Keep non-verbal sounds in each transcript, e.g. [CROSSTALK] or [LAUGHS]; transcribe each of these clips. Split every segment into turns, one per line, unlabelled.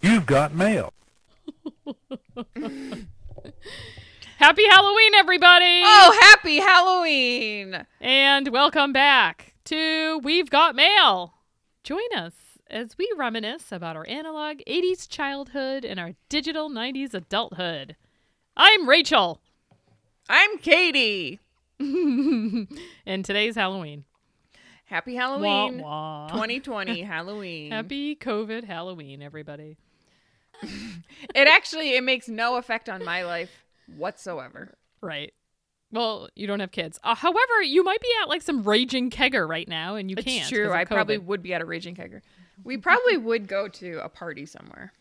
You've got mail.
Happy Halloween, everybody!
Oh, happy Halloween!
And welcome back to We've Got Mail. Join us as we reminisce about our analog 80s childhood and our digital 90s adulthood. I'm Rachel,
I'm Katie.
and today's Halloween.
Happy
Wah,
Halloween.
wah. [LAUGHS]
2020 Halloween.
Happy COVID Halloween, everybody.
It actually it makes no effect on my life whatsoever.
Right. Well, you don't have kids. Uh, however, you might be at like some raging kegger right now, and you can't.
it's
'cause
true.
of
I probably
COVID.
would be at a raging kegger.
[LAUGHS]
We probably would go to a party somewhere.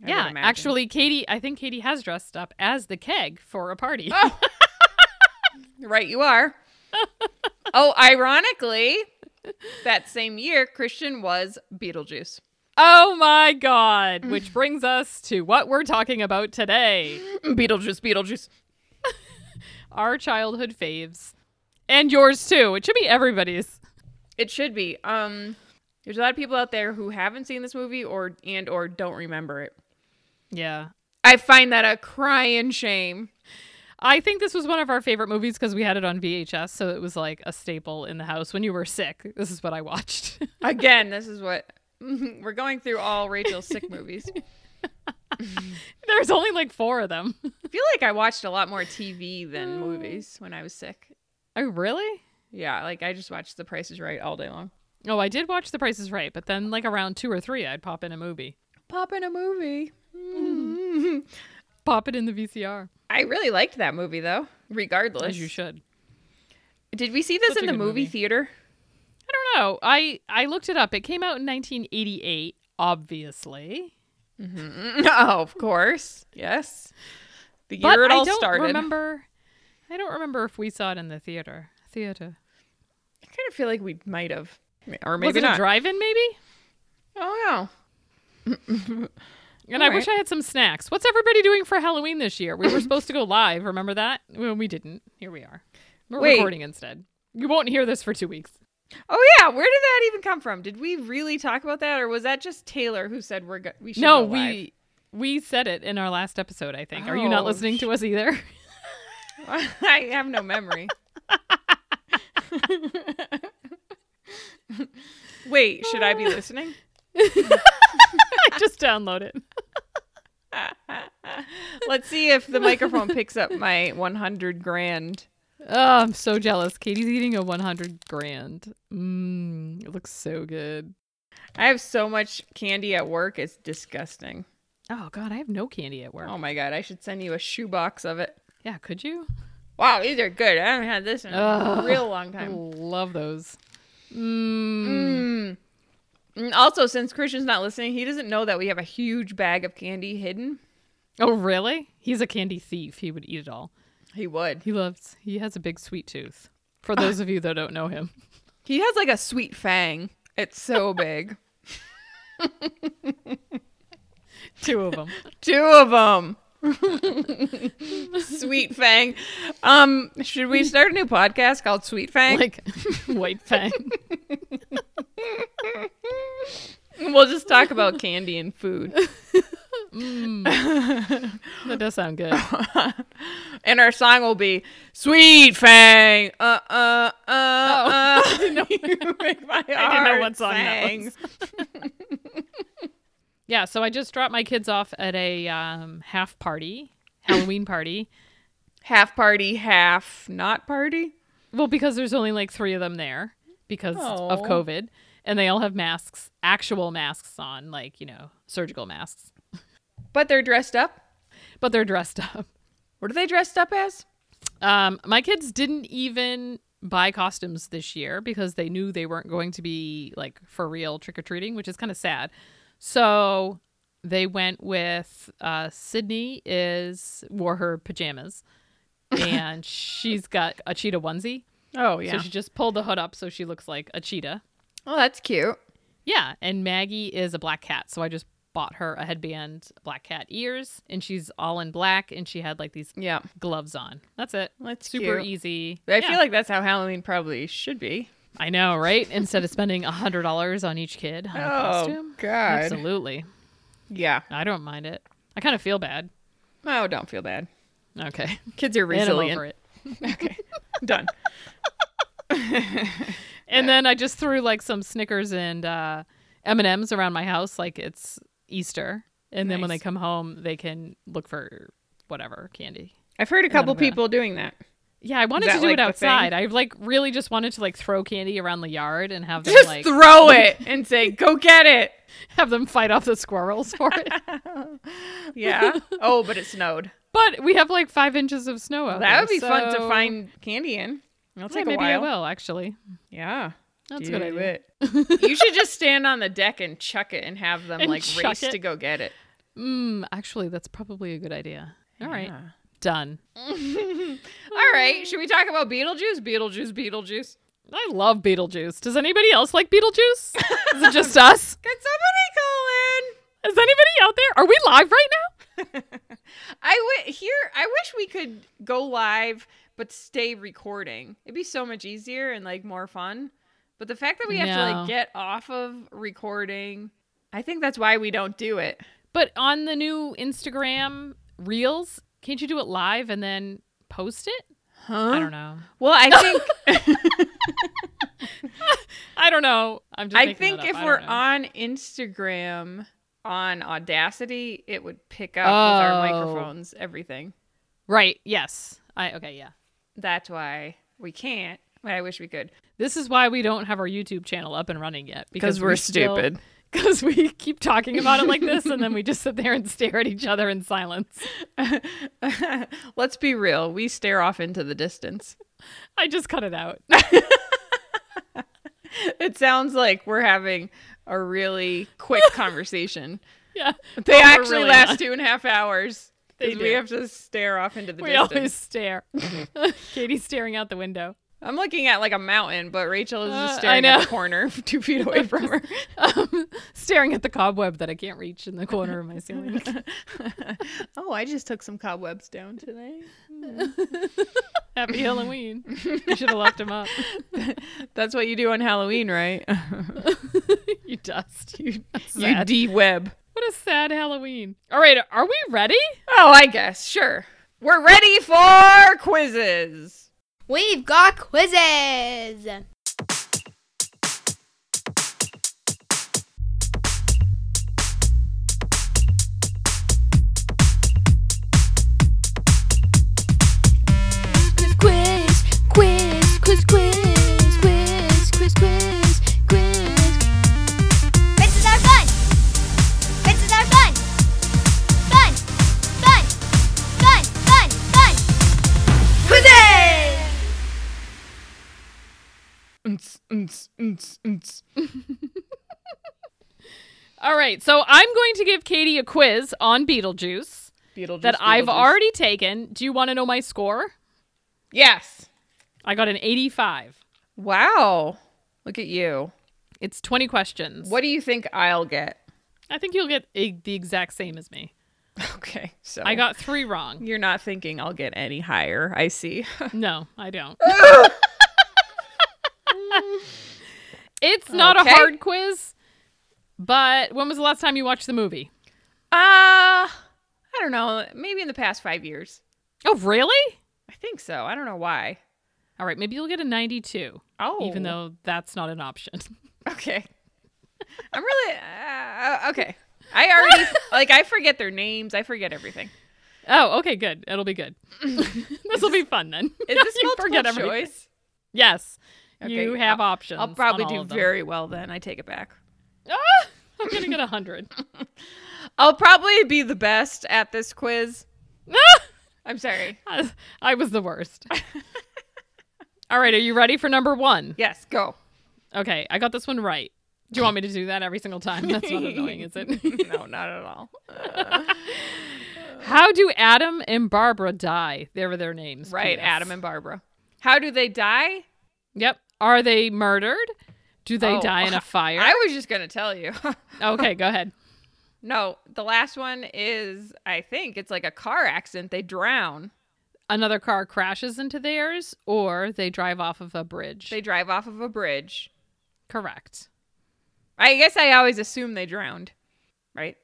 I would
yeah.
imagine.
Actually, Katie, I think Katie has dressed up as the keg for a
[LAUGHS]
party.
Right,
[LAUGHS]
you are. oh, ironically, that same year Christian was Beetlejuice.
Oh my [LAUGHS] God. Which brings us to what we're talking about today
Beetlejuice, Beetlejuice.
our childhood faves. And yours too. It should be everybody's.
It should be. Um there's a lot of people out there who haven't seen this movie or and or don't remember it.
Yeah.
I find that a crying shame.
I think this was one of our favorite movies because we had it on VHS. So it was like a staple in the house when you were sick. This is what I watched. [LAUGHS]
Again, this is what [LAUGHS] we're going through all Rachel's sick movies.
There's only like four of them. [LAUGHS]
I feel like I watched a lot more TV
Mm.
than movies when I was sick.
oh, really?
Yeah, like I just watched The Price is Right all day long.
Oh, I did watch The Price is Right, but then like around two or three, I'd pop in a movie,
Pop in a movie.
pop it in the VCR,
I really liked that movie though, regardless.
as you should.
Did we see this
Such
in
a
the
good
movie,
movie.
theater? [LAUGHS]
I don't know. I I looked it up. It came out in 1988, obviously.
No, of course. Yes. The year
but
it all
I don't
started.
remember. I don't remember if we saw it in the theater. Theater.
I kind of feel like we might have. Or
Was
maybe
it
not.
a drive-in, maybe?
oh
And
All
I wish I had some snacks. What's everybody doing for Halloween this year? We were supposed to go live. Remember that? Well, we didn't. Here we are. We're
Wait.
recording instead. You won't hear this for two weeks.
no. Oh yeah, where did that even come from? Did we really talk about that, or was that just Taylor who said we're go- we should
No,
go live?
we we said it in our last episode. I think. Are you not
Oh,
listening to us either? [LAUGHS]
[LAUGHS] I have no [LAUGHS] memory. Wait, should I be listening?
Just download it.
Let's see if the microphone picks up my 100 grand.
Oh, I'm so jealous. Katie's eating a 100 grand. Mmm, it looks so good.
I have so much candy at work; it's disgusting.
Oh God, I have no candy at work.
Oh my god, I should send you a shoebox of it.
Yeah, could you?
Wow, these are good. I haven't had this in a
Ugh.
real long
I
time.
love those. Mmm.
Mm. Mm, Also, since Christian's not listening, he doesn't know that we have a huge bag of candy hidden.
Oh really? He's a candy thief. He would eat it all.
He would.
He loves. He has a big sweet tooth. [LAUGHS] For those of you that don't know him,
He has like a sweet fang.
[LAUGHS]
It's so big.
two of them.
Two of them. [LAUGHS] sweet fang. Um, should we start a new podcast called Sweet
[LAUGHS] [LAUGHS]
Fang?
like White Fang.
we'll just talk about candy and food
That does sound [LAUGHS] good.
and our song will be Sweet Fang. Uh uh uh.
Oh. [LAUGHS]
uh. [LAUGHS] I didn't know, you make my
I didn't know
heart
what song that
sing.
was. yeah, so I just dropped my kids off at a um, half party, Halloween party.
half party, half not party.
Well, because there's only like three of them there because of
Oh.
COVID, and they all have masks, actual masks on, like you know, surgical masks,
But they're dressed up.
but they're dressed up.
What are they dressed up as?
Um, my kids didn't even buy costumes this year because they knew they weren't going to be like for real trick or treating, which is kind of sad. So they went with uh, Sydney is wore her pajamas,
[LAUGHS]
and she's got a cheetah onesie.
Oh
So she just pulled the hood up so she looks like a cheetah.
oh, that's cute.
Yeah, and Maggie is a black cat, so I just bought her a headband, black cat ears, and she's all in black, and she had like these
Yeah,
gloves on. That's it.
That's
super
cute.
easy.
I
Yeah.
feel like that's how Halloween probably should be.
I know, right? Instead of spending a hundred dollars on each kid on a
Oh
costume,
God.
absolutely.
Yeah.
I don't mind it. I kind of feel bad.
Oh, don't feel bad.
Okay, [LAUGHS]
Kids are
and I'm
resilient.
over it.
Okay. [LAUGHS] Done.
And then I just threw like some Snickers and uh, M and M's around my house, like it's Easter. And then when they
Nice.
come home, they can look for whatever candy.
I've heard a couple
I'm gonna-
people doing [LAUGHS] that.
Yeah, I wanted
that,
to do
like,
it
the
outside. I like really just wanted to like throw candy around the yard and have them
Just
like
throw it and say, "Go get it."
have them fight off the squirrels for it.
[LAUGHS] Yeah. Oh, but it [LAUGHS] snowed.
but we have like five inches of snow out
That would
there,
be fun to
so-
find candy in. It'll
Yeah,
take a
maybe
while.
I will actually.
Yeah.
That's a good
do
idea.
it. you should just stand on the deck and chuck it [LAUGHS] and have them
And
like
chuck
race
it.
to go get it.
Mm, actually, that's probably a good idea. All right,
Yeah.
done.
All right. Should we talk about Beetlejuice? Beetlejuice, Beetlejuice.
I love Beetlejuice. Does anybody else like [LAUGHS] Beetlejuice? Is it just us?
Can somebody
Is anybody out there? Are we live right now?
call in? I w- here. I wish we could go live but stay recording. It'd be so much easier and like more fun. But the fact that we have to
No.
like get off of recording, I think that's why we don't do it.
But on the new Instagram Reels, can't you do it live and then post it?
Huh?
I don't know.
Well,
[LAUGHS]
I think
[GASPS] I don't know. I'm just.
I
making that
think
up.
if
I
we're
don't know.
on Instagram on Audacity, it would pick up with our
Oh.
microphones, everything.
right, yes. I okay, yeah.
That's why we can't. But I wish we could.
This is why we don't have our YouTube channel up and running yet we still-
stupid.
[LAUGHS] because we keep talking about it like this and then we just sit there
[LAUGHS]
and stare at each other in silence.
[LAUGHS] Let's be real. We stare off into the distance.
I just cut it out. [LAUGHS]
It sounds like we're having a really quick [LAUGHS] conversation.
Yeah.
They
But we're
actually
really
last
not.
two and a half hours. 'cause
They
we
do.
have to stare off into the
We
distance. Mm-hmm.
always stare. [LAUGHS] Katie's staring out the window.
I'm looking at like a mountain, but Rachel is
Uh, I
just staring at
know.
[LAUGHS] the corner two feet away from her.
Um, [LAUGHS] staring at the cobweb that I can't reach in the corner of my
[LAUGHS]
ceiling.
[LAUGHS] oh, I just took some cobwebs down today.
Happy Halloween.
[LAUGHS]
You should have left him up.
That's what you do on Halloween, right? [LAUGHS]
You dust.
you
[LAUGHS] Sad.
de-web.
What a sad Halloween. All right, are we ready?
Oh, I guess, sure. We're ready for quizzes.
We've got quizzes. Quiz, quiz, quiz, quiz, quiz, quiz, quiz, quiz, quiz. Quizzes are fun. Quizzes are fun. Fun, fun, fun, fun, fun. Quizzes!
Unts, unts, unts, unts.
All right, so I'm going to give Katie a quiz on Beetlejuice
Beetlejuice.
that I've
Beetlejuice.
already taken. Do you want to know my score?
Yes.
I got an 85.
Wow. Look at you.
It's 20 questions.
What do you think I'll get? [LAUGHS]
I think you'll get e- the exact same as me.
Okay, so
I got three
[LAUGHS]
wrong.
You're not thinking I'll get any higher.
[LAUGHS]
I see. [LAUGHS] Uh,
No, I don't. it's not
Okay.
a hard quiz, but when was the last time you watched the movie?
Uh, I don't know. Maybe in the past five years.
Oh, really?
I think so. I don't know why.
All right, maybe you'll get a 92,
Oh,
even [LAUGHS] though that's not an option. [LAUGHS]
okay, I'm really uh, okay. I
[LAUGHS]
already like I forget their names. I forget everything.
Oh, okay, good. It'll be
[LAUGHS]
good. this will be fun then.
Is
[LAUGHS]
this
You
multiple
forget everything.
choice?
Yes.
Okay,
you have
I'll-
options.
I'll
on
probably
all
do
of them.
very well then. I take it back.
[LAUGHS] Ah, I'm going to get a
[LAUGHS]
100.
I'll probably be the best at this quiz.
[LAUGHS]
I'm sorry.
I- I was the worst. [LAUGHS] All right, are you ready for number one?
Yes,
[LAUGHS]
go.
Okay, I got this one right. Do you want me to do that every single time? That's not annoying, is
[LAUGHS]
it?
no, not at all.
How do Adam and Barbara die? They were their names.
Right,
P.S.
Adam and Barbara. How do they die?
Yep. Are they murdered? Do they
Oh,
die in a fire?
[LAUGHS] I was just gonna tell you. [LAUGHS]
okay, go ahead.
no, the last one is I think it's like a car accident. They drown.
another car crashes into theirs or they drive off of a bridge.
They drive off of a bridge.
Correct.
I guess I always assume they drowned, right?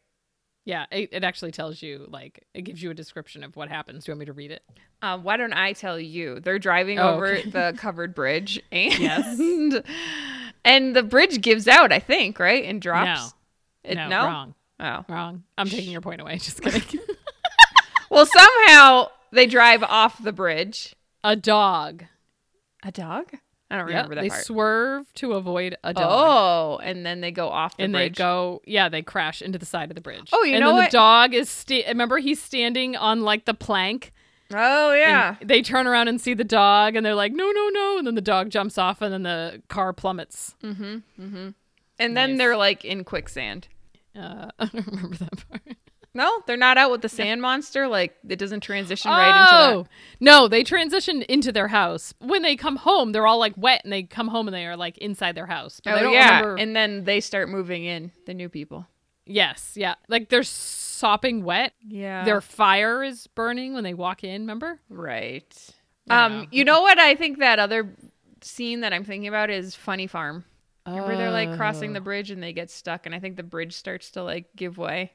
Yeah, it, it actually tells you, like, it gives you a description of what happens. Do you want me to read it?
Um, why don't I tell you? They're driving
Oh,
over
okay. [LAUGHS]
the covered bridge, and [LAUGHS]
Yes.
and the bridge gives out, I think, right, and drops. It-
no,
no?
wrong.
Oh,
Wrong. I'm taking your point away. [LAUGHS] Just kidding.
well, somehow they drive off the bridge.
a dog.
A dog? I don't
Yep,
remember
they
that part.
swerve to avoid a dog.
Oh, and then they go off the
and
bridge.
they go, yeah, they crash into the side of the bridge.
Oh, you
and
know
then
what?
the dog is. Sta- remember, he's standing on like the plank.
oh
and
yeah.
they turn around and see the dog, and they're like, "No, no, no!" And then the dog jumps off, and then the car plummets.
Mm. And then
Nice.
they're like in quicksand.
Uh, [LAUGHS] I don't remember that part.
No, they're not out with the sand monster. Like it doesn't transition right into
Oh! no! They transition into their house. When they come home, they're all like wet, and they come home and they are like inside their house. But
that.
I
oh
don't
yeah,
remember.
and then they start moving in the new people.
yes, yeah, like they're sopping wet.
Yeah,
Their fire is burning when they walk in. Remember?
right.
I
um,
know.
you know what? I think that other scene that I'm thinking about is Funny Farm, where they're like crossing
Oh.
the bridge and they get stuck, and I think the bridge starts to like give way,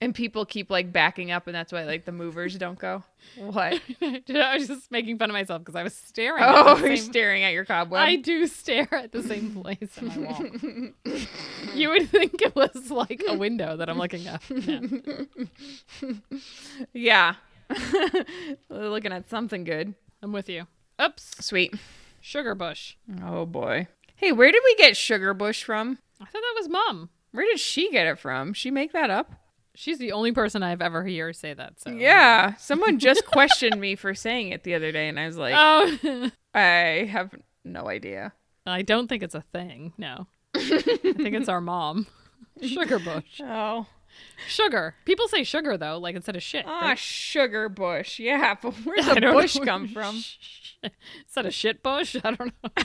and people keep like backing up, and that's why like the movers don't go.
[LAUGHS]
What?
I was just making fun of myself because I was staring.
Oh,
at
you're
the same,
[LAUGHS] staring at your cobweb.
I do stare at the same place on my wall.
[LAUGHS]
you would think it was like a window that I'm looking
[LAUGHS]
at. Yeah.
yeah. [LAUGHS] We're Looking at something good.
I'm with you. Oops,
Sweet.
sugar bush.
Oh boy. Hey, where did we get Sugar Bush from?
I thought that was mom.
Where did she get it from? She make that up?
She's the only person I've ever heard say that. So
Yeah. [LAUGHS] Someone just questioned me for saying it the other day and I was like,
Oh, [LAUGHS]
I have no idea.
I don't think it's a thing. No, I think it's our
[LAUGHS]
mom. Sugar bush.
Oh.
Sugar. People say sugar though, like instead of shit.
Ah,
right?
Sugar Bush. Yeah, [LAUGHS] but
[LAUGHS]
where's
I
the
don't know
[LAUGHS] bush
where [LAUGHS]
come from?
sh- Instead of shit bush, I don't know. [LAUGHS]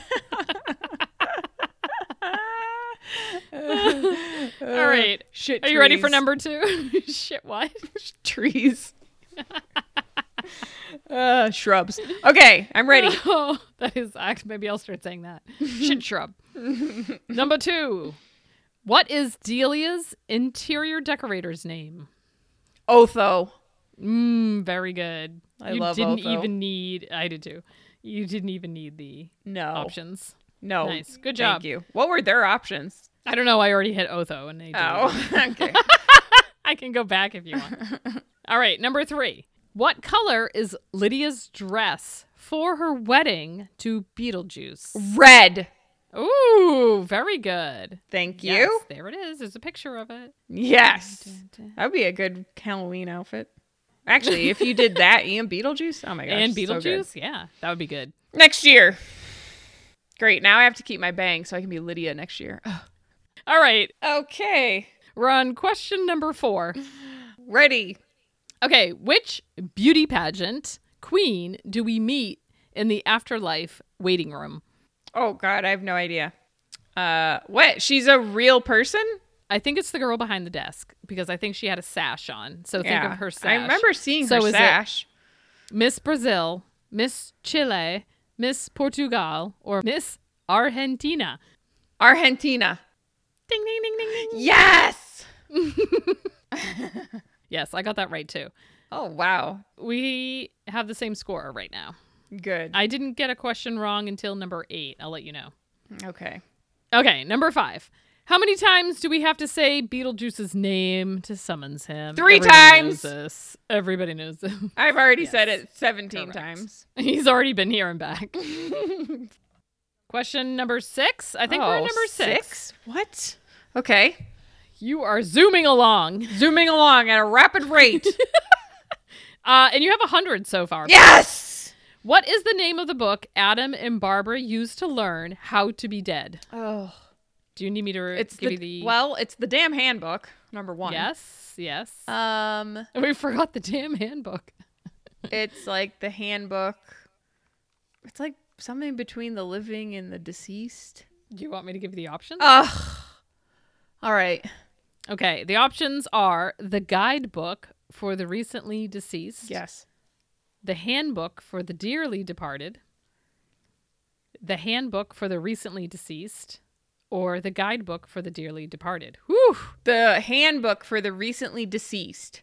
All right.
[LAUGHS] Shit.
Are you ready for
trees.
number two? [LAUGHS] Shit, what?
[LAUGHS] trees? uh, [LAUGHS] shrubs.
[LAUGHS]
Okay, I'm ready.
[LAUGHS] Oh, that is act. Maybe I'll start saying
[LAUGHS]
that. Shit shrub. number two. What is Delia's interior decorator's name?
Otho.
Mm, very good.
I
you
love
didn't
Otho.
even need. I did too. You didn't even need the
No.
options.
No.
Nice. Good job.
Thank you. What were their options?
I don't know. I already hit Otho, and they. deleted [LAUGHS]
Oh, [LAUGHS] okay.
I can go back if you want.
[LAUGHS]
All right, number three. What color is Lydia's dress for her wedding to Beetlejuice?
Red.
Ooh, very good.
Thank
Yes,
you.
there it is. There's a picture of it.
Yes. That would be a good Halloween outfit. Actually, if you did
[LAUGHS]
that and Beetlejuice, oh my gosh.
and
so good.
Beetlejuice? yeah, that would be good.
next year. Great. Now I have to keep my bang so I can be Lydia
[SIGHS]
next year. Ugh.
All right,
Okay.
we're on question number four.
Ready.
Okay, which beauty pageant queen do we meet in the afterlife waiting room?
Oh God, I have no idea. Uh, what? She's a real person.
I think it's the girl behind the desk because I think she had a sash on. So think of her sash.
I remember seeing
So
her
is it-
sash.
Miss Brazil, Miss Chile, Miss Portugal, or Miss Argentina.
Argentina.
Ding, ding, ding, ding, ding.
Yes.
Yes, I got that right too.
Oh wow.
We have the same score right now.
Good.
I didn't get a question wrong until number eight. I'll let you know.
okay.
Okay, number five. How many times do we have to say Beetlejuice's name to summons him?
Three
Knows
times.
this. Everybody knows this. [LAUGHS]
I've already said it 17
Correct.
times.
He's already been here and
[LAUGHS]
back. question number six. I think we're at
Oh,
number six.
What? Okay.
You are zooming along.
Zooming along at a
[LAUGHS]
rapid rate. [LAUGHS]
Uh, and you have a hundred so far.
yes.
What is the name of the book Adam and Barbara used to learn how to be dead?
Oh,
Do you need me to
it's
give
the,
you the
well, it's the damn handbook number one.
Yes, yes.
Um,
And [LAUGHS] we forgot the damn handbook.
it's like the handbook. It's like something between the living and the deceased.
Do you want me to give you the options?
Ugh. All right.
okay, the options are the guidebook for the recently deceased,
Yes.
the handbook for the dearly departed, the handbook for the recently deceased, or the guidebook for the dearly departed.
Whew. The handbook for the recently deceased.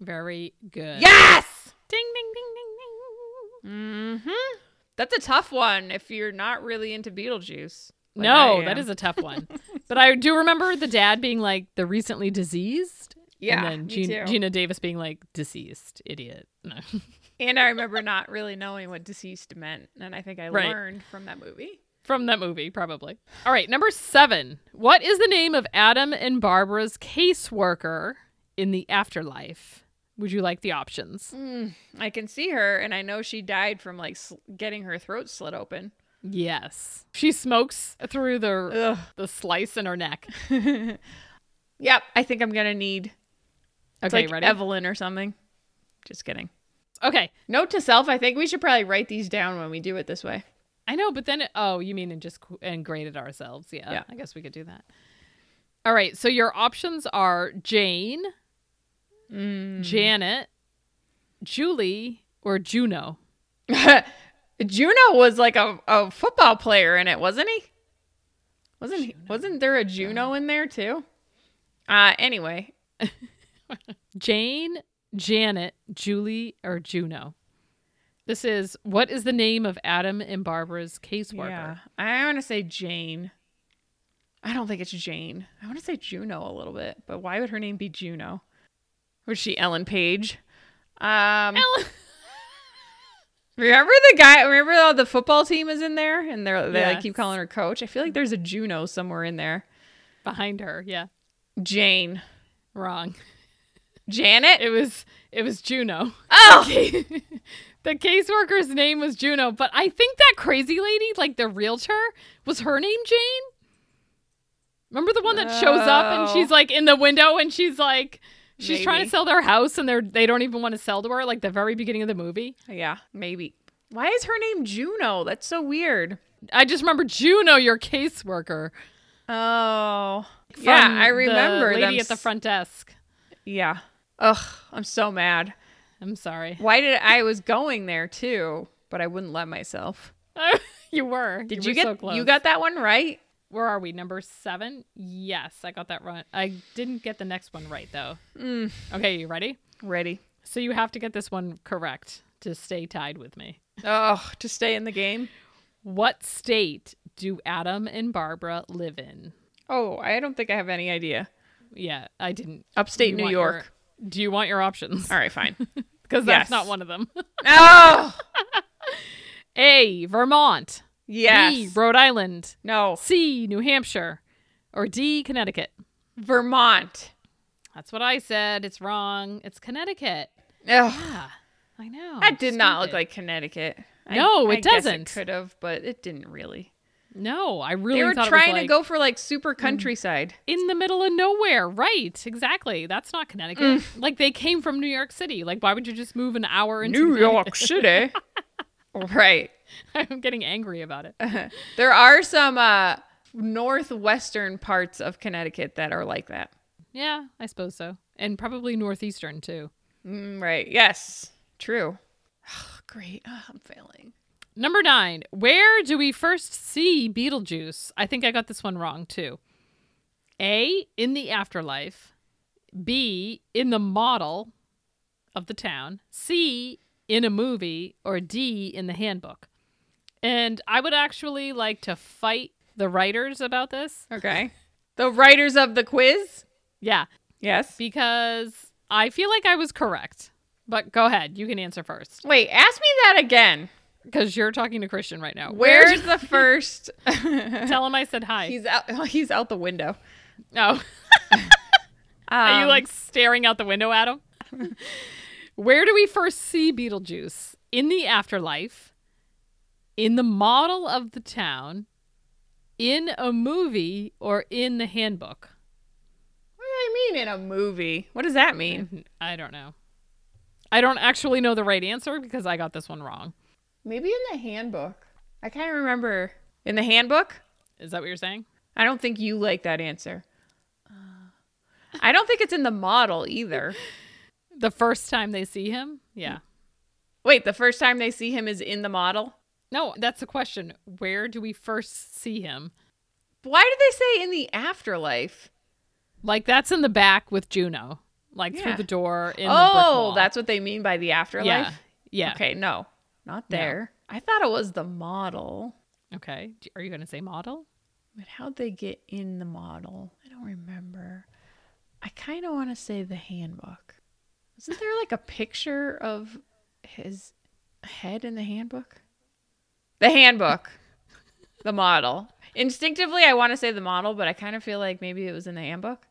Very good.
Yes!
Ding, ding, ding, ding, ding.
hmm That's a tough one if you're not really into Beetlejuice. like I
no,
am.
that is a tough
[LAUGHS]
one. but I do remember the dad being like, the recently diseased.
Yeah,
And then
me
Gina,
too.
Gina Davis being like, deceased, idiot. No. [LAUGHS]
And I remember not really knowing what deceased meant. And I think I
Right.
learned from that movie.
From that movie, probably. All right, number seven. What is the name of Adam and Barbara's caseworker in the afterlife? Would you like the options?
Mm. I can see her, and I know she died from like sl- getting her throat slit open.
Yes. She smokes through the the slice in her
[LAUGHS]
neck.
Yep, I think I'm gonna need it's
Okay,
like
ready?
Evelyn or something. Just kidding.
okay.
Note to self: I think we should probably write these down when we do it this way.
I know, but then it, oh, you mean and just qu- and graded ourselves. Yeah,
Yeah.
I guess we could do that. All right, so your options are Jane, Mm.
Mm-hmm.
Janet, Julie, or Juno.
[LAUGHS] Juno was like a, a football player in it, wasn't he? Wasn't he, wasn't there a Juno in there too? Uh anyway,
Jane, Janet, Julie, or Juno. This is what is the name of Adam and Barbara's caseworker?
yeah, I want to say Jane. I don't think it's Jane. I want to say Juno a little bit, but why would her name be Juno? Was she Ellen Page? Um,
[LAUGHS] Ellen-
remember the guy? Remember how the football team is in there, and they're, they like keep
Yes.
calling her coach. I feel like there's a Juno somewhere in there.
Behind her, yeah.
Jane,
Wrong.
Janet.
It was it was Juno.
Oh,
[LAUGHS] the caseworker's name was Juno, but I think that crazy lady, like the realtor, was her name Jane. Remember the one that shows up and
Oh.
she's like in the window and she's like she's trying
Maybe.
to sell their house and they're they don't even want to sell to her like the very beginning of the movie.
yeah, maybe. Why is her name Juno? That's so weird.
I just remember Juno, your caseworker.
Oh, yeah,
from
I
the
remember
lady
them
at the
s-
front desk.
Yeah. Ugh, I'm so mad.
I'm sorry, [LAUGHS]
Why did I was going there too, but I wouldn't let myself.
you were.
Did
you,
you,
were
get
so close.
you got that one right?
Where are we? Number seven? Yes, I got that right. I didn't get the next one right though.
Mm.
Okay, you ready?
Ready.
So you have to get this one correct to stay tied with me.
Oh, to stay in the game.
What state do Adam and Barbara live in?
Oh, I don't think I have any idea.
Yeah, I didn't.
Upstate
You
New
want your- [LAUGHS]
York.
do you want your options?
All right, fine.
[LAUGHS] Because that's
yes.
not one of them. [LAUGHS]
oh,
A. Vermont.
yes.
B. Rhode Island.
no,
C. New Hampshire. Or D. Connecticut.
Vermont.
That's what I said. It's wrong. It's Connecticut.
Ugh,
Ah, I know.
that did not look
Stupid.
like Connecticut. I-
No, it
I guess
doesn't.
Could have, but it didn't really.
No, I really
they were
thought it was,
trying to
like, Mm.
go for like super countryside.
in the middle of nowhere. Right. Exactly. That's not
Mm.
Connecticut. Like they came from New York City. Like why would you just move an hour into
City. [LAUGHS] right.
[LAUGHS] I'm getting angry about
[LAUGHS]
it.
There are some uh, northwestern parts of Connecticut that are like that.
Yeah, I suppose so. And probably northeastern too.
Mm, right. Yes. True. great. Ah, I'm failing.
Number 9. Where do we first see Beetlejuice? I think I got this one wrong too. A in the afterlife. B in the model of the town. C in a movie or D in the handbook. And I would actually like to fight the writers about this.
Okay. the writers of the quiz.
Yeah,
Yes.
because I feel like I was correct. But go ahead, you can answer first
Wait, ask me that again.
because you're talking to Christian right now.
Where's [LAUGHS] the first?
tell him I said hi?
he's out. [LAUGHS] oh, he's out the window.
oh, are you
Um,
like staring out the window at him?
[LAUGHS]
Where do we first see Beetlejuice in the afterlife? In the model of the town, in a movie, or in the handbook?
What do I mean in a movie? What does that mean?
I don't know. I don't actually know the right answer because I got this one wrong.
Maybe in the handbook. I kind of remember in the handbook.
Is that what you're saying?
I don't think you like that answer. I don't think it's in the model either.
The first time they see him? Yeah.
Wait, the first time they see him is in the model?
No, that's the question. Where do we first see him?
Why did they say in the afterlife?
Like that's in the back with Juno, like through
Yeah.
the door in the brick
oh,
wall.
that's what they mean by the afterlife?
yeah, yeah. Okay.
Okay, no, not
No.
there. I thought it was the model.
okay. D- Are you gonna say model?
But how'd they get in the model? I don't remember. I kind of want to say the handbook. Isn't there like a picture of his head in the handbook? The handbook. the model. Instinctively, I want to say the model, but I kind of feel like maybe it was in the handbook.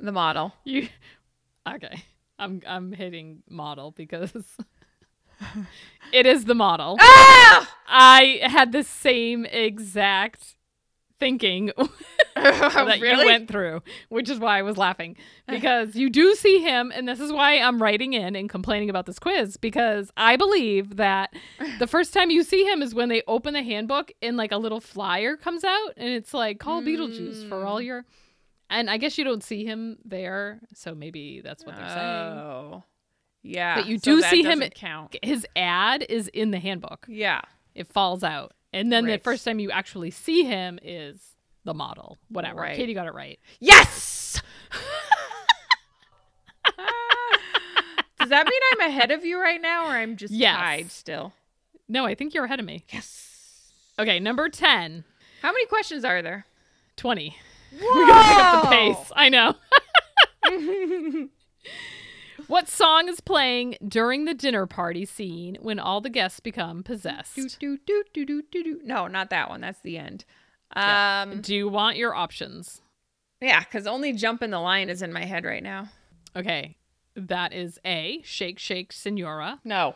The model.
You [LAUGHS] okay? I'm I'm hitting model because [LAUGHS] it is the model.
[LAUGHS] [LAUGHS] Ah!
I had the same exact thinking that
Oh, really?
you went through, which is why I was laughing
[SIGHS]
because you do see him, and this is why I'm writing in and complaining about this quiz because I believe
[SIGHS]
that the first time you see him is when they open the handbook and like a little flyer comes out and it's like call Beetlejuice for
Mm.
all your. And I guess you don't see him there, so maybe that's what they're saying.
oh, yeah.
But you
so
do
that
see him-
doesn't Count.
His ad is in the handbook.
Yeah.
it falls out. And then
Right.
the first time you actually see him is the model. Whatever.
Right.
Katie got it right.
Yes. [LAUGHS] Does that mean I'm ahead of you right now, or I'm just
Yes.
tied still?
No, I think you're ahead of me. Yes. Okay, number 10,
How many questions are there?
20.
Whoa!
We gotta pick
Oh.
up the pace. I
[LAUGHS]
know. what song is playing during the dinner party scene when all the guests become
Do,
possessed?
do, do, do, do, do, do. No, not that one. That's the end.
Yeah.
Um,
Do you want your options?
yeah, because only "Jump in the Line" is in my head right now.
Okay. That is A, Shake Shake Senora.
No,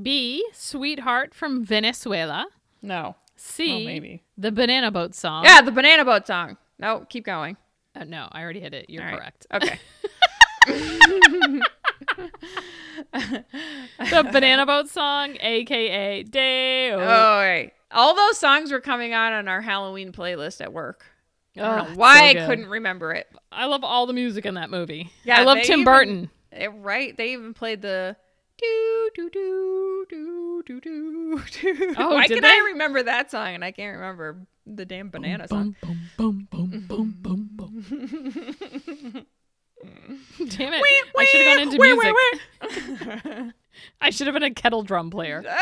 B, Sweetheart from Venezuela.
no.
C,
Well, Oh, maybe.
the Banana Boat song.
Yeah, the Banana Boat song. No, keep going.
Uh, no, I already hit it. You're
All right.
correct.
Okay.
the
[LAUGHS]
Banana Boat song, aka Day.
All right. Oh, All those songs were coming on on our Halloween playlist at work. I don't know why I couldn't remember it.
I love all the music in that movie.
Yeah,
I love
they
Tim
even-
Burton.
Eh, right? They even played the do do do do do do do.
Oh,
Why
did
can
they?
I remember that song and I can't remember the damn banana song?
boom, boom, boom, boom, boom, boom. Damn it. I should have gone into
Wait,
music.
wait, wait.
I should have been a kettle drum player. [LAUGHS]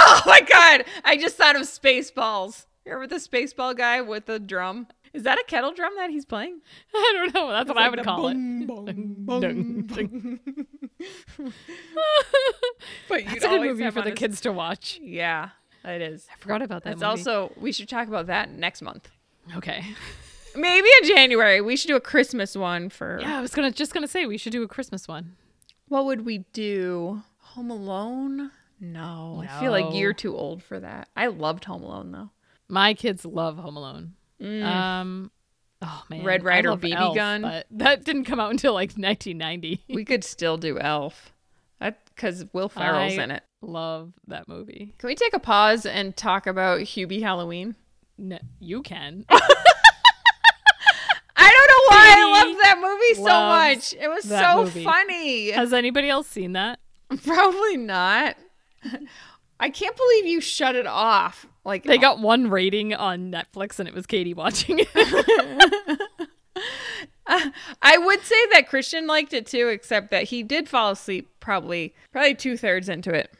Oh my god! I just thought of Spaceballs. Remember the Spaceball guy with the drum? Is that a kettle drum that he's playing?
I don't know. That's what I would call it. [LAUGHS] Dun,
[LAUGHS] it. but you'd
It's a good
always
movie
have
for
on
the
a s-
kids to watch.
Yeah, it is.
I forgot about that
That's
movie.
also we should talk about that next month.
okay.
[LAUGHS] Maybe in January we should do a Christmas one for
Yeah, I was gonna just gonna say we should do a Christmas one.
what would we do? Home Alone? No, I feel like
No.
you're too old for that. I loved Home Alone though.
My kids love Home Alone. Um, oh man,
Mm. Red
I
Ryder
love
BB
Elf,
gun.
but that didn't come out until like
[LAUGHS]
1990.
We could still do Elf. That because Will Ferrell's
I-
in it.
Love that movie.
Can we take a pause and talk about Hubie Halloween?
N you
[LAUGHS]
can.
I don't know why I
Katie
loved that movie so
loves
much. It was
that
so
movie.
funny. [LAUGHS]
Has anybody else seen that?
Probably not. I can't believe you shut it off. Like
They got one rating on Netflix, and it was Katie watching it.
I would say that Christian liked it too, except that he did fall asleep probably probably two thirds into
[LAUGHS]
it.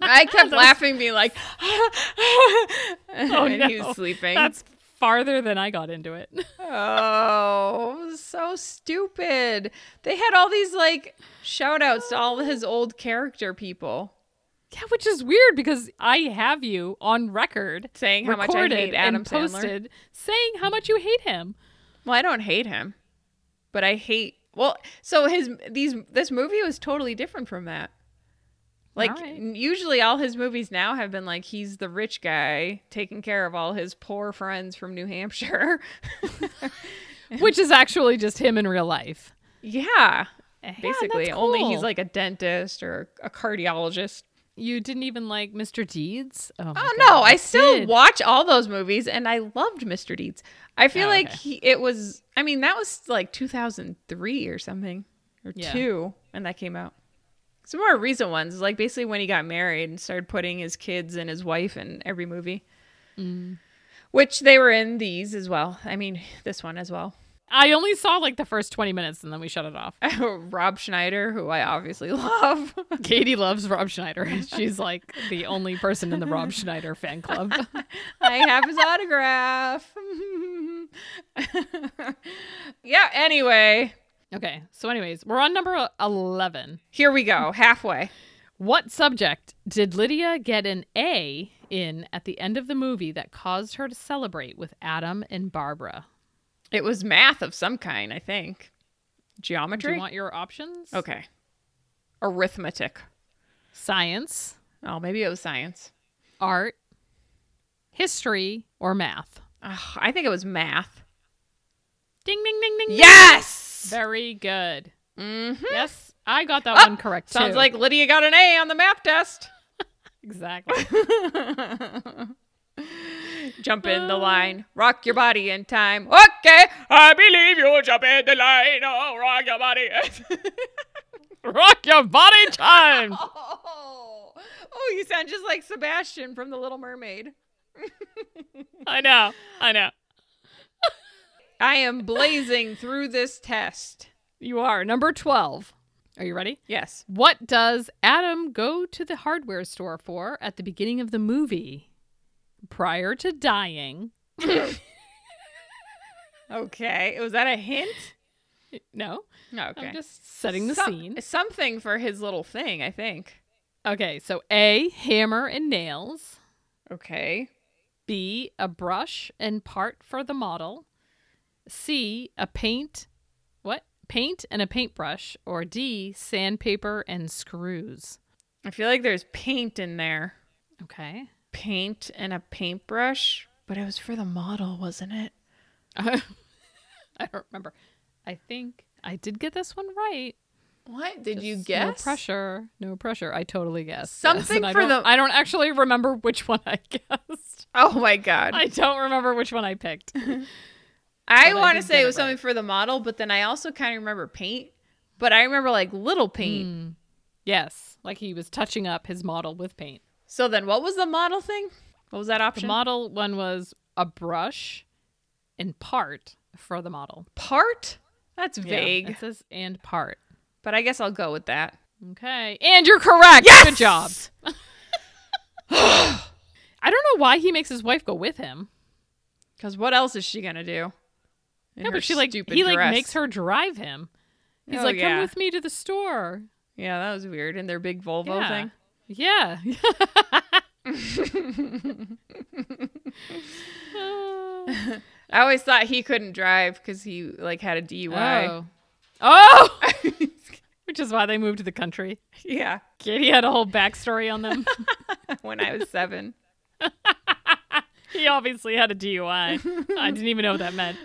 I kept laughing, being like, [LAUGHS] and he
Oh, no.
was sleeping.
That's farther than I got into
[LAUGHS]
it.
Oh, it was so stupid. They had all these like shout outs to all his old character people
yeah, which is weird because I have you on record
saying how much I
recorded
hate Adam
and
Sandler.
posted saying how much you hate
[LAUGHS]
him.
Well, I don't hate him, but I hate. Well, so his these this movie was totally different from that. Like
All right.
usually, all his movies now have been like he's the rich guy taking care of all his poor friends from New Hampshire. [LAUGHS]
Which is actually just him in real life.
yeah, basically,
that's
only
cool.
he's like a dentist or a cardiologist.
You didn't even like Mr. Deeds? Oh, my
Oh
God,
no, I still
did.
watch all those movies, and I loved Mr. Deeds. I feel
Oh,
like
okay.
he, it was. I mean, that was like 2003 or something, or
Yeah.
two, and that came out. Some more recent ones, like basically when he got married and started putting his kids and his wife in every movie,
Mm.
which they were in these as well. I mean, this one as well. [LAUGHS]
I only saw like the first 20 minutes and then we shut it off.
Rob Schneider, who I obviously [LAUGHS] love.
Katie loves Rob
[LAUGHS]
Schneider. She's like the only person in the Rob Schneider fan
[LAUGHS]
club.
I have his autograph. [LAUGHS] yeah, anyway,
Okay. So, anyways, we're on number 11.
here we go, halfway.
What subject did Lydia get an A in at the end of the movie that caused her to celebrate with Adam and Barbara?
It was math of some kind, I think. Geometry?
Do you want your options?
okay. Arithmetic.
Science,
Oh, maybe it was science.
art, history, or math?
Ugh, I think it was math.
Ding, ding, ding, ding. ding.
Yes.
Very good.
hmm
Yes, I got that
Ah,
one correct.
Sounds
too.
like Lydia got an A on the math test.
Exactly. [LAUGHS]
Jump in the line, rock your body in time. Okay, I believe you. Jump in the line, oh, rock your body. [LAUGHS]
Rock your body time.
oh, oh, you sound just like Sebastian from The Little Mermaid.
I know. I know.
I am blazing through this test.
You are. Number 12. Are you ready?
Yes.
What does Adam go to the hardware store for at the beginning of the movie prior to dying?
Okay. Was that a hint?
No,
Okay.
I'm just setting the
Some-
scene.
Something for his little thing, I think.
Okay, so A, hammer and nails,
Okay.
B, a brush and part for the model, C, a paint, what? Paint and a paintbrush, or D, sandpaper and screws.
I feel like there's paint in there.
Okay. [LAUGHS]
Paint and a paintbrush, but it was for the model, wasn't it?
I don't remember. I think I did get this one right.
What did you
Just
guess?
No pressure. No pressure. I totally guessed.
Something
and I
for
don't-
the-
I don't actually remember which one I [LAUGHS] guessed.
Oh my god! I,
I don't remember which one I
[LAUGHS]
picked. but I
want to
did
say
get
it
it
was something
right.
for the model, but then I also kind of remember paint. But I remember like little paint.
Mm. Yes, like he was touching up his model with paint.
So then, what was the model thing? What was that
The
option?
model one was a brush and part for the model.
part? That's
Yeah,
vague.
it says and part.
But I guess I'll go with that.
Okay. And you're correct. Good job.
[SIGHS]
I don't know why he makes his wife go with him.
Because what else is she gonna do? In
No,
her
but she like he
stupid
like
dress.
makes her drive him. He's
Oh,
like,
yeah.
come with me to the store.
Yeah, that was weird. And their big Volvo
yeah.
thing.
Yeah. [LAUGHS] oh.
I always thought he couldn't drive because he like had a DUI.
Oh! [LAUGHS] Which is why they moved to the country.
[LAUGHS] yeah, [LAUGHS]
Katie had a whole backstory on them.
when I was seven.
he obviously had a DUI. I didn't even know what that meant.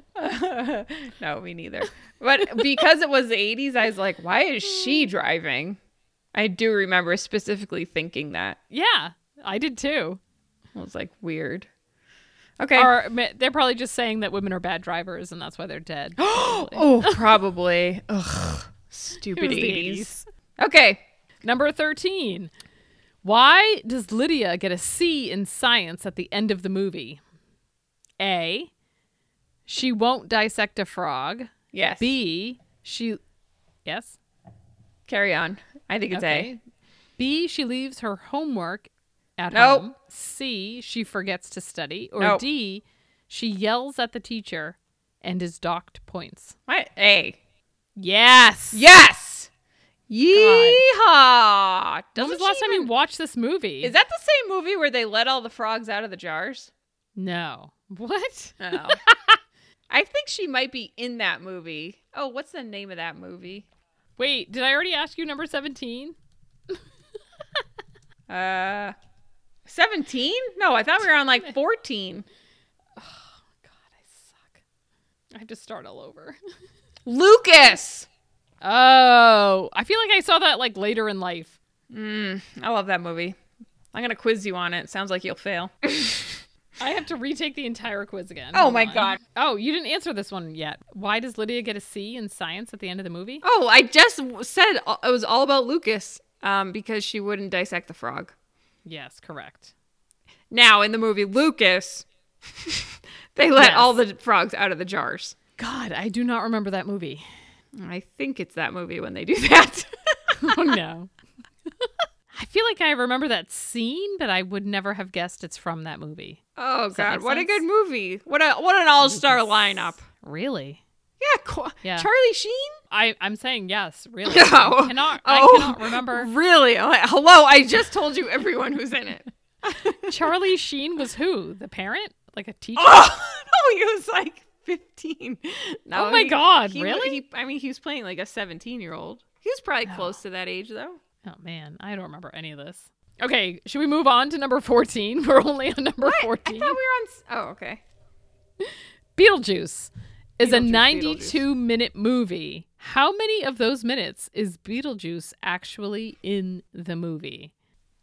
no, me neither. But because it was the 80s, I was like, why is
[LAUGHS]
she driving? I do remember specifically thinking that.
Yeah, I did too.
I was like, weird. Okay. [GASPS]
Or ma- they're probably just saying that women are bad drivers and that's why they're
[GASPS]
dead. It
oh,
[LAUGHS]
probably. Ugh.
was
Stupid
the
80s.
80s.
Okay.
Number 13. Why does Lydia get a C in science at the end of the movie? A. She won't dissect a frog.
Yes.
B. She. Yes?
Carry on. I think it's
Okay. B. She leaves her homework at
Nope.
home. C. She forgets to study. Or
Nope.
D. She yells at the teacher and is docked points.
A. What? A.
Yes!
Yes. Yeehaw.
When was
Doesn't
the last
she
time
even-
you watched this movie?
Is that the same movie where they let all the frogs out of the jars?
No. What?
Oh. [LAUGHS] I think she might be in that movie. Oh, what's the name of that movie?
Wait, did I already ask you number 17?
Uh 17? No, I thought we were
[LAUGHS]
on like 14.
God, I suck. I have to start all over.
[LAUGHS] Lucas.
Oh, I feel like I saw that like later in life.
I love that movie. I'm going to quiz you on it. Sounds like
[LAUGHS]
you'll fail.
I have to retake the entire quiz again.
Oh
Hold
my
on.
God.
Oh, you didn't answer this one yet. Why does Lydia get a C in science at the end of the movie?
oh, I just said it was uh, all about Lucas. um, because she wouldn't dissect the frog.
Yes, correct.
Now, in the movie Lucas, [LAUGHS] they let
Yes.
all the frogs out of the jars.
God, I do not remember that
[LAUGHS]
movie.
I think it's that movie when they do [LAUGHS] that.
[LAUGHS] oh no. I feel like I remember that scene, but I would never have guessed it's from that movie.
oh
that
God,
make
what a
sense?
good movie! What a what an all star lineup.
Really?
Yeah, qu-
Yeah.
Charlie Sheen.
I, I'm saying yes, really.
[LAUGHS] No.
I cannot I
Oh.
cannot
[LAUGHS]
remember.
Really? Hello, I just told you everyone who's in it. [LAUGHS]
Charlie Sheen was who? The parent? Like a teacher?
Oh, no, he was like 15. No,
Oh my
he-
God,
he-
really?
he- I mean, he was playing like a 17 year old. He was probably close to that age, though.
Oh man, I don't remember any of this. Okay, should we move on to number 14? [LAUGHS] We're only on number
What? I
14.
thought we were on. s- Oh, okay.
Beetlejuice is a
Beetlejuice,
92 minute movie. How many of those minutes is Beetlejuice actually in the movie?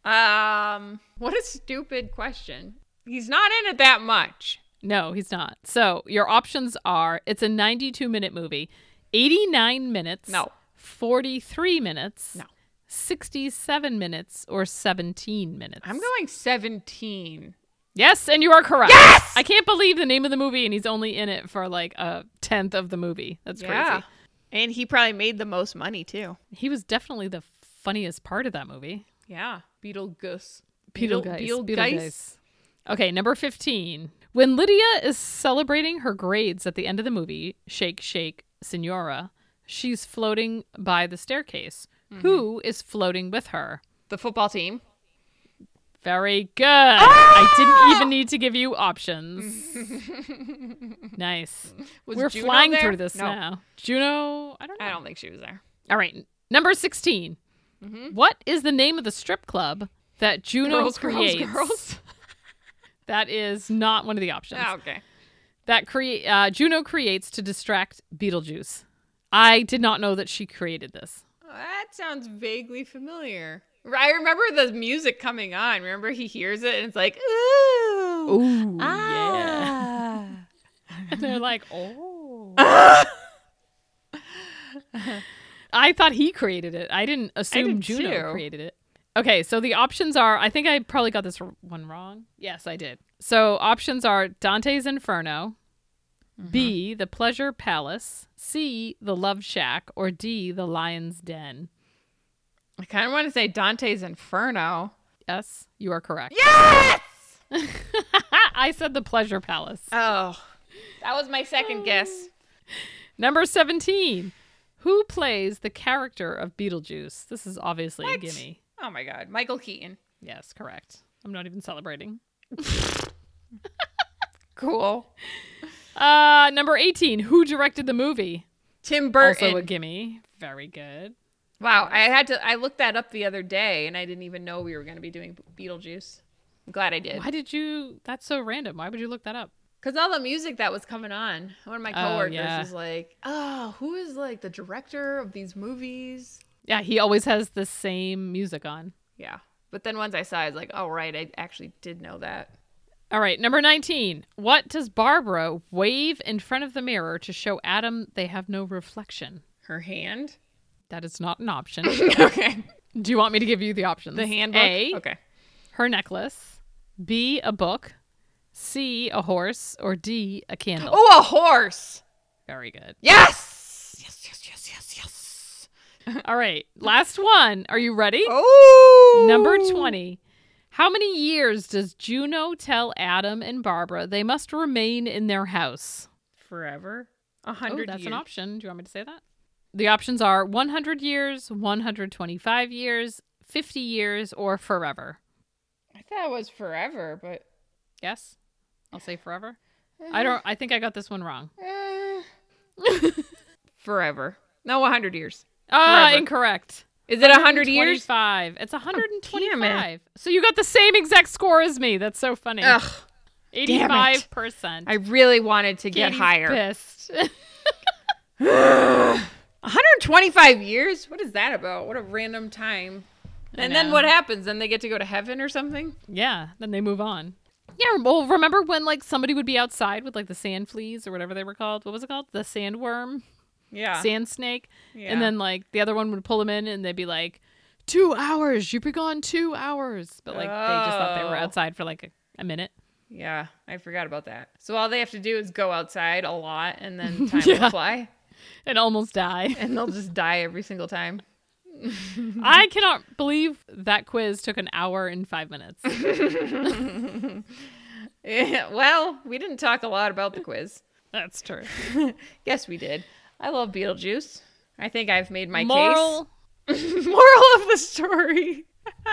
Um, what a stupid question. He's not in it that much.
No, he's not. So your options are it's a 92 minute movie, 89 minutes,
No.
43 minutes,
No.
67 minutes, or 17 minutes.
I'm going 17.
Yes, and you are correct. Yes! I can't believe the name of the movie, and he's only in it for like a tenth of the movie. That's
Yeah.
crazy.
And he probably made the most money, too.
He was definitely the funniest part of that movie.
Yeah. Beetlejuice.
Beetlegeist. Beetlegeist. Okay, number 15. When Lydia is celebrating her grades at the end of the movie, Shake Shake Senora, she's floating by the staircase.
Mm-hmm.
Who is floating with her?
The football team.
Very good. I
Ah!
didn't even need to give you
[LAUGHS]
options. nice.
Was
We're
Juno
flying
there?
through this
No,
now. Juno, I don't know.
I don't think she was there.
All right, n- number 16. What is the name of the strip club that Juno
Mm-hmm. girls,
creates?
girls, girls.
[LAUGHS] That is not one of the options.
Ah, okay.
That crea- uh, Juno creates to distract Beetlejuice. I did not know that she created this.
That sounds vaguely familiar. I remember the music coming on. Remember he hears it and it's like, ooh.
Ooh,
Ah.
And they're
[LAUGHS]
like, oh. I thought he created it. I didn't assume
did
Juno
too.
created it. Okay, so the options are I think I probably got this r- one wrong. Yes, I did. So options are Dante's Inferno, B,
Mm-hmm.
The Pleasure Palace, C, The Love Shack, or D, The Lion's Den.
I kind of want to say Dante's Inferno.
Yes, you are correct.
[LAUGHS] Yes!
I said The Pleasure Palace.
Oh. That was my second guess.
Number 17. Who plays the character of Beetlejuice? This is obviously a
What?
gimme.
Oh my God. Michael Keaton.
Yes, correct. I'm not even celebrating.
Cool.
Uh, number 18. Who directed the movie?
Tim Burton.
Also a gimme. Very good.
wow. I had to, I looked that up the other day and I didn't even know we were going to be doing Beetlejuice. I'm glad I did.
Why did you? That's so random. Why would you look that up?
Because all the music that was coming on, one of my
Oh,
coworkers
yeah.
was like, oh, who is like the director of these movies?
Yeah, he always has the same music on.
Yeah. But then once I saw it, I was like, oh, right, I actually did know that.
All right, number 19. What does Barbara wave in front of the mirror to show Adam they have no reflection?
Her hand?
That is not an option.
[LAUGHS]
[LAUGHS]
okay.
Do you want me to give you the options?
The handbook?
A,
Okay.
her necklace, B, a book, C, a horse, or D, a candle.
Oh, a horse.
Very good.
Yes. Yes, yes, yes, yes, yes.
All right, last one. Are you ready?
Oh.
Number 20. How many years does Juno tell Adam and Barbara they must remain in their house?
Forever. A
Oh,
hundred
that's
years.
an option. Do you want me to say that? The options are 100 years, 125 years, 50 years, or forever.
I thought it was forever, but.
Yes? I'll say forever. I don't I think I got this one
[LAUGHS]
wrong.
eh. forever. No, a hundred years.
Ah,
Forever.
incorrect.
Is it a hundred years? Oh,
125. It's 125. so you got the same exact score as me. That's so funny.
Ugh.
85%.
I really wanted to get
Katie's
higher.
Pissed. [LAUGHS]
125 years? What is that about? What a random time. And then
know.
what happens? Then they get to go to heaven or something?
yeah, then they move on. Yeah, well, remember when like somebody would be outside with like the sand fleas or whatever they were called? What was it called? The sandworm,
Yeah.
sand snake,
Yeah.
and then like the other one would pull them in and they'd be like, two hours. You've been gone two hours. But like they just thought they were
Oh.
outside for like a, a minute.
Yeah, I forgot about that. So all they have to do is go outside a lot and [LAUGHS] then time
Yeah.
will fly
and almost [LAUGHS] die.
and they'll just die every single time. [LAUGHS]
I cannot believe that quiz took an hour and five minutes.
Yeah, Eh, well, we didn't talk a lot about the quiz.
[LAUGHS] That's true.
Yes, we did. I love Beetlejuice. I think I've made my
Moral
case. [LAUGHS] Moral of the story. [LAUGHS]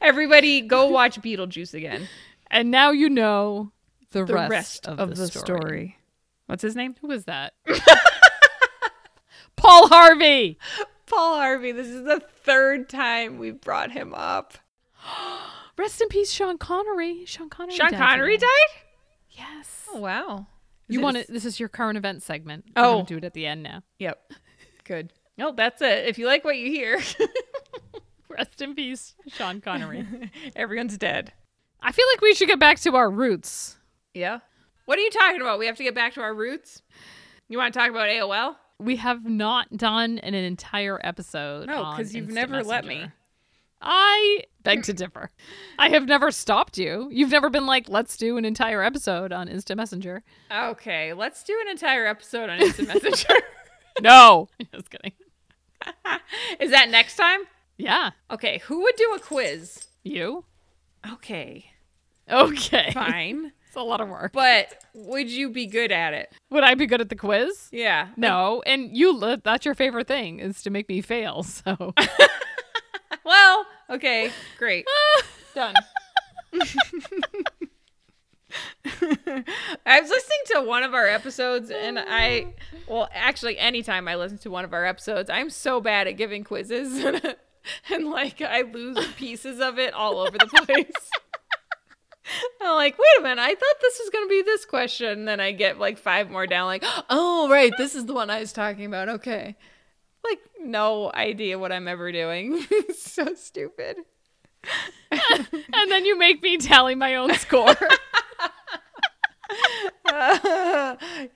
Everybody go watch Beetlejuice again.
and now you know the,
The
rest,
rest,
of, the, story.
What's his name?
Who was that? [LAUGHS] Paul Harvey.
Paul Harvey. This is the third time we brought him up.
Rest in peace, Sean Connery. Sean Connery.
Sean
died
Connery died?
today. Yes.
Oh, wow.
you
Is
want
it-
to? This is your current event segment.
Oh.
We're gonna do it at the end now.
Yep. Good. No, that's it. If you like what you hear, [LAUGHS]
Rest in peace, Sean Connery.
everyone's dead.
I feel like we should get back to our roots.
Yeah. What are you talking about? We have to get back to our roots. You want to talk about AOL?
We have not done an entire episode.
No,
on
'cause you've
Instant
never let
Messenger.
me.
I beg to differ. I have never stopped you. You've never been like, let's do an entire episode on Instant Messenger.
Okay, let's do an entire episode on [LAUGHS] instant messenger.
No, [LAUGHS] just kidding.
Is that next time?
Yeah,
Okay, who would do a quiz?
you.
Okay,
Okay,
fine.
it's a lot of work.
[LAUGHS] but would you be good at it?
Would I be good at the quiz?
Yeah.
No, and you—that's your favorite thing—is to make me fail. [LAUGHS] So
Well, okay, great. Done. I was listening to one of our episodes, and I, well, actually, anytime I listen to one of our episodes, I'm so bad at giving quizzes. [LAUGHS] and like, I lose pieces of it all over the place. [LAUGHS] I'm like, wait a minute, I thought this was going to be this question. And then I get like five more down, like, oh, right, this is the one I was talking about. Okay. Like, no idea what I'm ever doing. [LAUGHS] so stupid.
[LAUGHS] and then you make me tally my own
[LAUGHS]
score.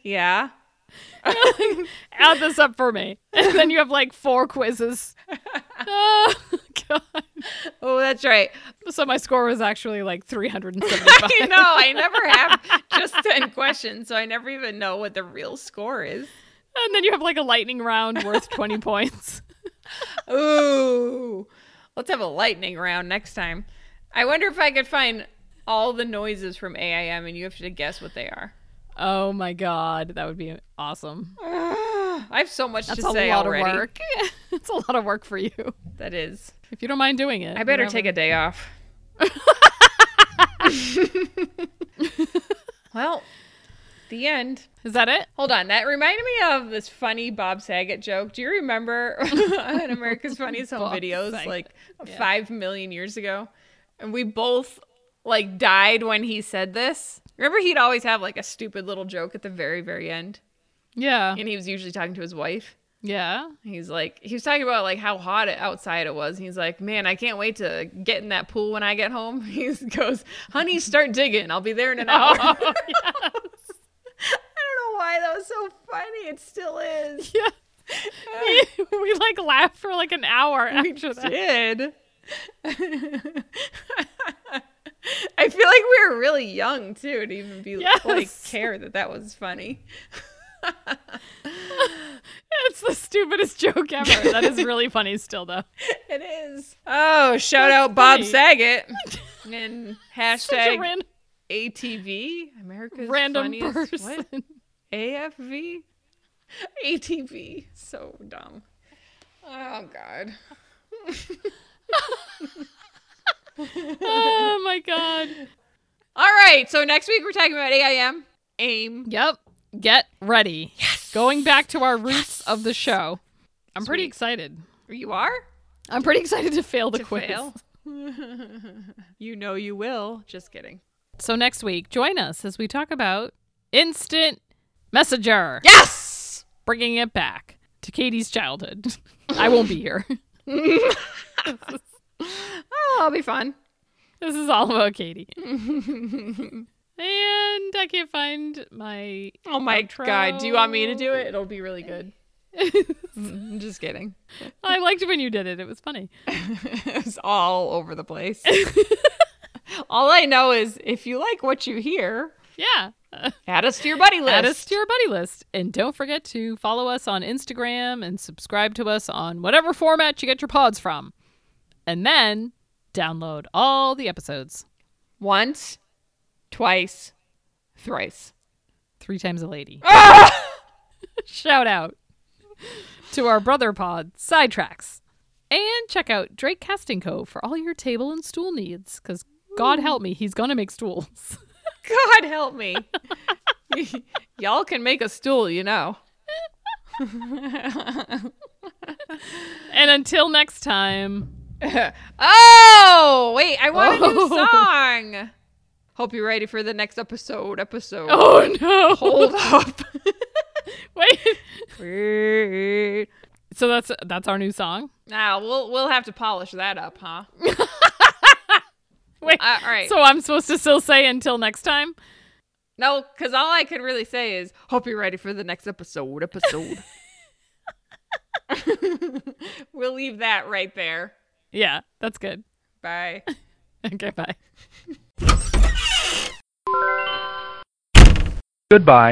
Yeah.
Add this up for me. And then you have like four
[LAUGHS]
quizzes. Oh, God.
Oh, that's right.
So my score was actually like
[LAUGHS]
375.
I know. I never have just 10 questions, so I never even know what the real score is.
and then you have like a lightning round worth 20 points.
Ooh. Let's have a lightning round next time. I wonder if I could find all the noises from AIM and you have to guess what they [SIGHS] are.
Oh my God. That would be awesome.
I have so much
That's
to
a
say
lot
already.
of work. it's a lot of work for you.
[LAUGHS] That is.
If you don't mind doing it.
I better take a day [LAUGHS] off. well, the end.
Is that it?
Hold on, that reminded me of this funny Bob Saget joke. Do you remember [LAUGHS] on [LAUGHS] America's Funniest Home
Bob
Videos
Saget.
like
Yeah.
5 million years ago? And we both like died when he said this. Remember he'd always have like a stupid little joke at the very very end.
Yeah.
And he was usually talking to his wife.
Yeah.
He's like he was talking about like how hot it outside it was. He's like, "Man, I can't wait to get in that pool when I get home." [LAUGHS] He goes, "Honey, start digging. I'll be there in [LAUGHS] an hour."
Oh, [LAUGHS]
I don't know why that was so funny. It still is.
yeah. we, we like laughed for like an hour
[LAUGHS]
after that.
did. I feel like we were really young too to even be like
Yes.
care that that was funny.
It's the stupidest joke ever. That is
[LAUGHS]
really funny still though.
It is. Oh, shout out Bob
funny. [LAUGHS]
Saget and
Such a
hashtag
ran-
ATV America's
random
funniest,
person.
what? [LAUGHS] AFV ATV. So dumb. Oh God.
[LAUGHS] oh my god.
All right. So next week we're talking about AIM. AIM.
Yep. Get ready. Yes. Going back to our roots of the show. I'm pretty
Sweet.
excited.
You are
I'm pretty excited to fail the
to
quiz.
fail. [LAUGHS] you know you will. Just kidding.
So next week, join us as we talk about instant messenger,
Yes.
bringing it back to Katie's childhood. [LAUGHS] I won't be here. [LAUGHS]
Oh, that'll be fun.
This is all about Katie. and I can't find my
Oh my
Outro.
Oh [LAUGHS] God. Do you want me to do it? It'll be really good. Mm, Just kidding. [LAUGHS]
I liked when you did it. It was funny.
it was all over the [LAUGHS] place. all I know is if you like what you hear,
Yeah. Uh,
add us to your buddy list.
Add us to your buddy list. And don't forget to follow us on Instagram and subscribe to us on whatever format you get your pods from. And then download all the episodes
once, twice, thrice.
three times a
[LAUGHS]
lady.
Ah!
Shout out to our brother pod, Sidetracks. And check out Drake Casting Co. for all your table and stool needs. Because God help me, he's going to make stools. [LAUGHS]
God help me. [LAUGHS] Y'all can make a stool, you [LAUGHS] know.
and until next time.
[LAUGHS] Oh, wait, I want
Oh.
a new song. Hope you're ready for the next episode. Episode.
Oh, no. [LAUGHS]
Hold up. [LAUGHS]
Wait.
Wait.
So that's that's our new song.
Now we'll we'll have to polish that up, huh?
Wait.
Uh, all right.
So I'm supposed to still say until next time.
No, because all I could really say is, hope you're ready for the next
[LAUGHS]
episode. Episode. [LAUGHS] we'll leave that right there.
Yeah, that's good. [LAUGHS]
Bye.
Okay, bye.
Goodbye.